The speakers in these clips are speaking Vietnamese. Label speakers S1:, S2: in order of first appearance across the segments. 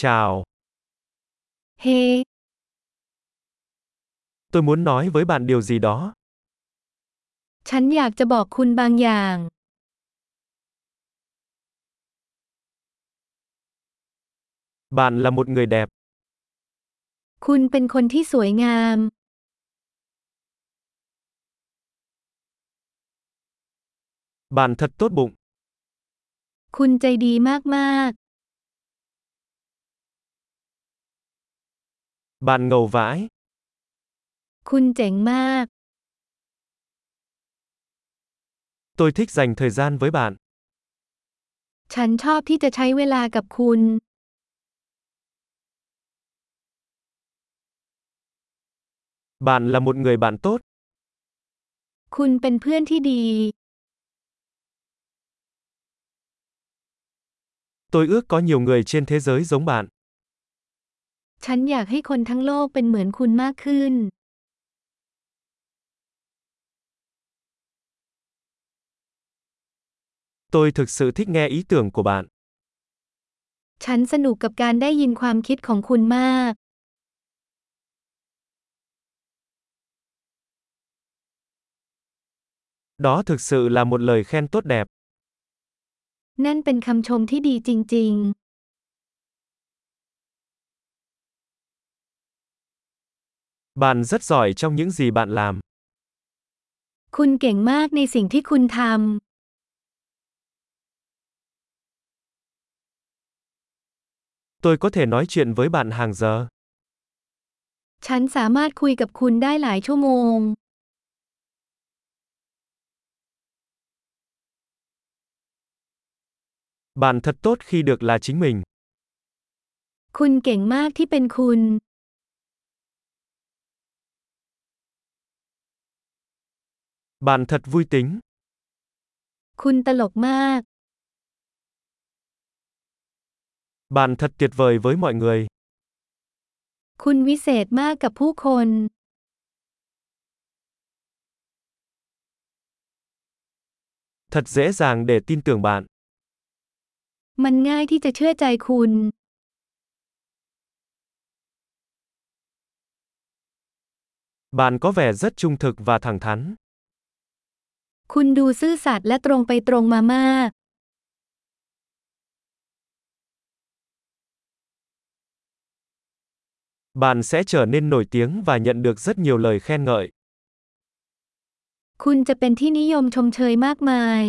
S1: Chào,
S2: Hey,
S1: tôi muốn nói với bạn điều gì đó.
S2: ฉันอยากจะบอกคุณบางอย่าง
S1: Bạn là một người đẹp,
S2: คุณเป็นคนที่สวยงาม
S1: bạn thật tốt bụng,
S2: คุณใจดีมาก
S1: bạn ngầu vãi,
S2: ๆ คุณเจ๋งมาก
S1: tôi thích dành thời gian với bạn.
S2: ฉันชอบที่จะใช้เวลากับคุณ
S1: Bạn là một người bạn tốt,
S2: คุณเป็นเพื่อนที่ดี
S1: tôi ước có nhiều người trên thế giới giống bạn.
S2: ฉันอยากให้คนทั้งโลกเป็นเหมือนคุณมากขึ้น
S1: Tôi thực sự thích nghe ý tưởng của bạn.
S2: ฉันสนุกกับการได้ยินความคิดของคุณมาก
S1: Đó thực sự là một lời khen tốt đẹp.
S2: นั่นเป็นคำชมที่ดีจริง
S1: Bạn rất giỏi trong những gì bạn làm.
S2: ๆ คุณเก่งมากในสิ่งที่คุณท
S1: Tôi có thể nói chuyện với bạn hàng giờ.
S2: ำ ฉันสามารถคุยกับคุณได้หลายชั่วโมง
S1: Bạn thật tốt khi được là chính mình.
S2: คุณเก่งมากที่เป็นคุณ
S1: Bạn thật vui tính,
S2: คุณตลกมาก
S1: bạn thật tuyệt vời với mọi người.
S2: คุณวิเศษมากกับผู้คน
S1: Thật dễ dàng để tin tưởng bạn.
S2: มันง่ายที่จะเชื่อใจคุณ
S1: Bạn có vẻ rất trung thực và thẳng thắn.
S2: คุณดูซื่อสัตย์และตรงไปตรงมามาก
S1: Bạn sẽ trở nên nổi tiếng và nhận được rất nhiều lời khen ngợi.
S2: คุณจะเป็นที่นิยมชมเชยมากมาย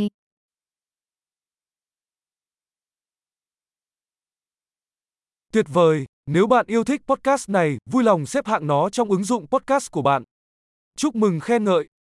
S3: Tuyệt vời! Nếu bạn yêu thích podcast này, vui lòng xếp hạng nó trong ứng dụng podcast của bạn. Chúc mừng khen ngợi!